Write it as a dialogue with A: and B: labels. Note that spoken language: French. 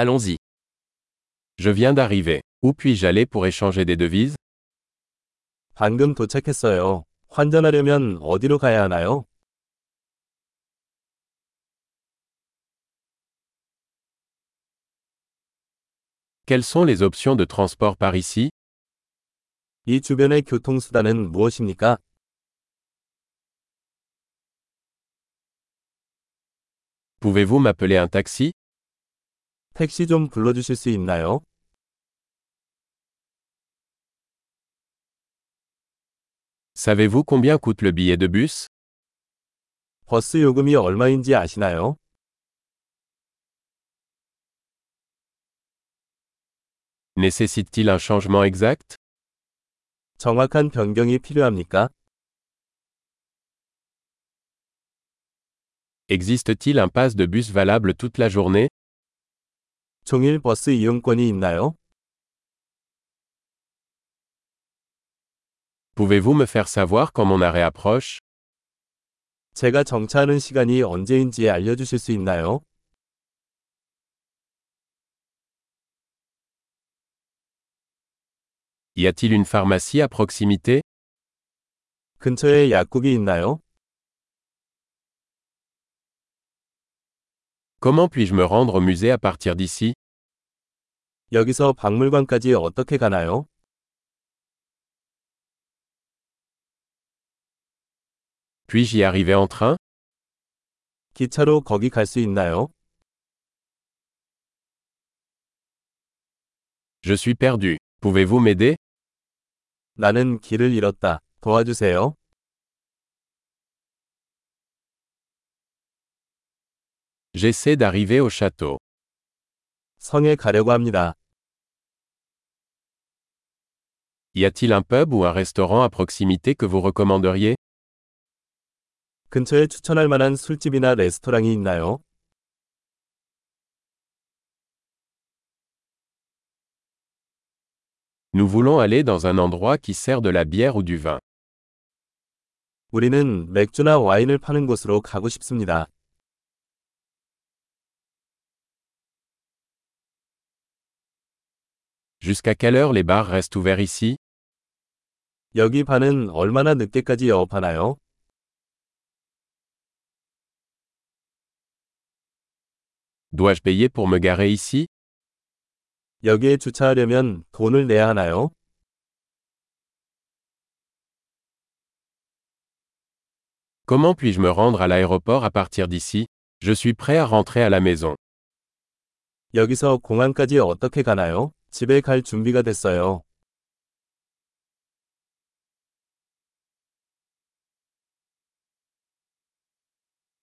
A: Allons-y. Je viens d'arriver. Où puis-je aller pour échanger des devises
B: 방금 도착했어요. 환전하려면 어디로 가야 하나요?
A: Quelles sont les options de transport par ici
B: 이 주변의 교통수단은 무엇입니까?
A: Pouvez-vous m'appeler un taxi
B: 택시 좀 불러주실 수 있나요?
A: Savez-vous combien coûte le billet de bus
B: 버스 요금이 얼마인지 아시나요?
A: Nécessite-t-il un changement exact
B: 정확한 변경이 필요합니까?
A: Existe-t-il un pass de bus valable toute la journée
B: 종일 버스 이용권이 있나요?
A: Pouvez-vous me faire savoir quand mon arrêt approche
B: 제가 정차하는 시간이 언제인지 알려주실 수 있나요?
A: Y a-t-il une pharmacie à proximité
B: 근처에 약국이 있나요?
A: Comment puis-je me rendre au musée à partir d'ici
B: 여기서 박물관까지 어떻게 가나요?
A: Puis-je y arriver en train
B: 기차로 거기 갈 수 있나요?
A: Je suis perdu. Pouvez-vous m'aider
B: 나는 길을 잃었다. 도와주세요.
A: J'essaie d'arriver au château.
B: 성에 가려고 합니다.
A: Y a-t-il un pub ou un restaurant à proximité que vous recommanderiez
B: 근처에 추천할 만한 술집이나 레스토랑이 있나요?
A: Nous voulons aller dans un endroit qui sert de la bière ou du vin.
B: 우리는 맥주나 와인을 파는 곳으로 가고 싶습니다.
A: Jusqu'à quelle heure les bars restent ouverts ici
B: 여기 반은 얼마나 늦게까지 영업하나요?
A: Dois-je payer pour me garer ici
B: 여기에 주차하려면 돈을 내야 하나요?
A: Comment puis-je me rendre à l'aéroport à partir d'ici Je suis prêt à rentrer à la maison.
B: 여기서 공항까지 어떻게 가나요? 집에 갈 준비가 됐어요.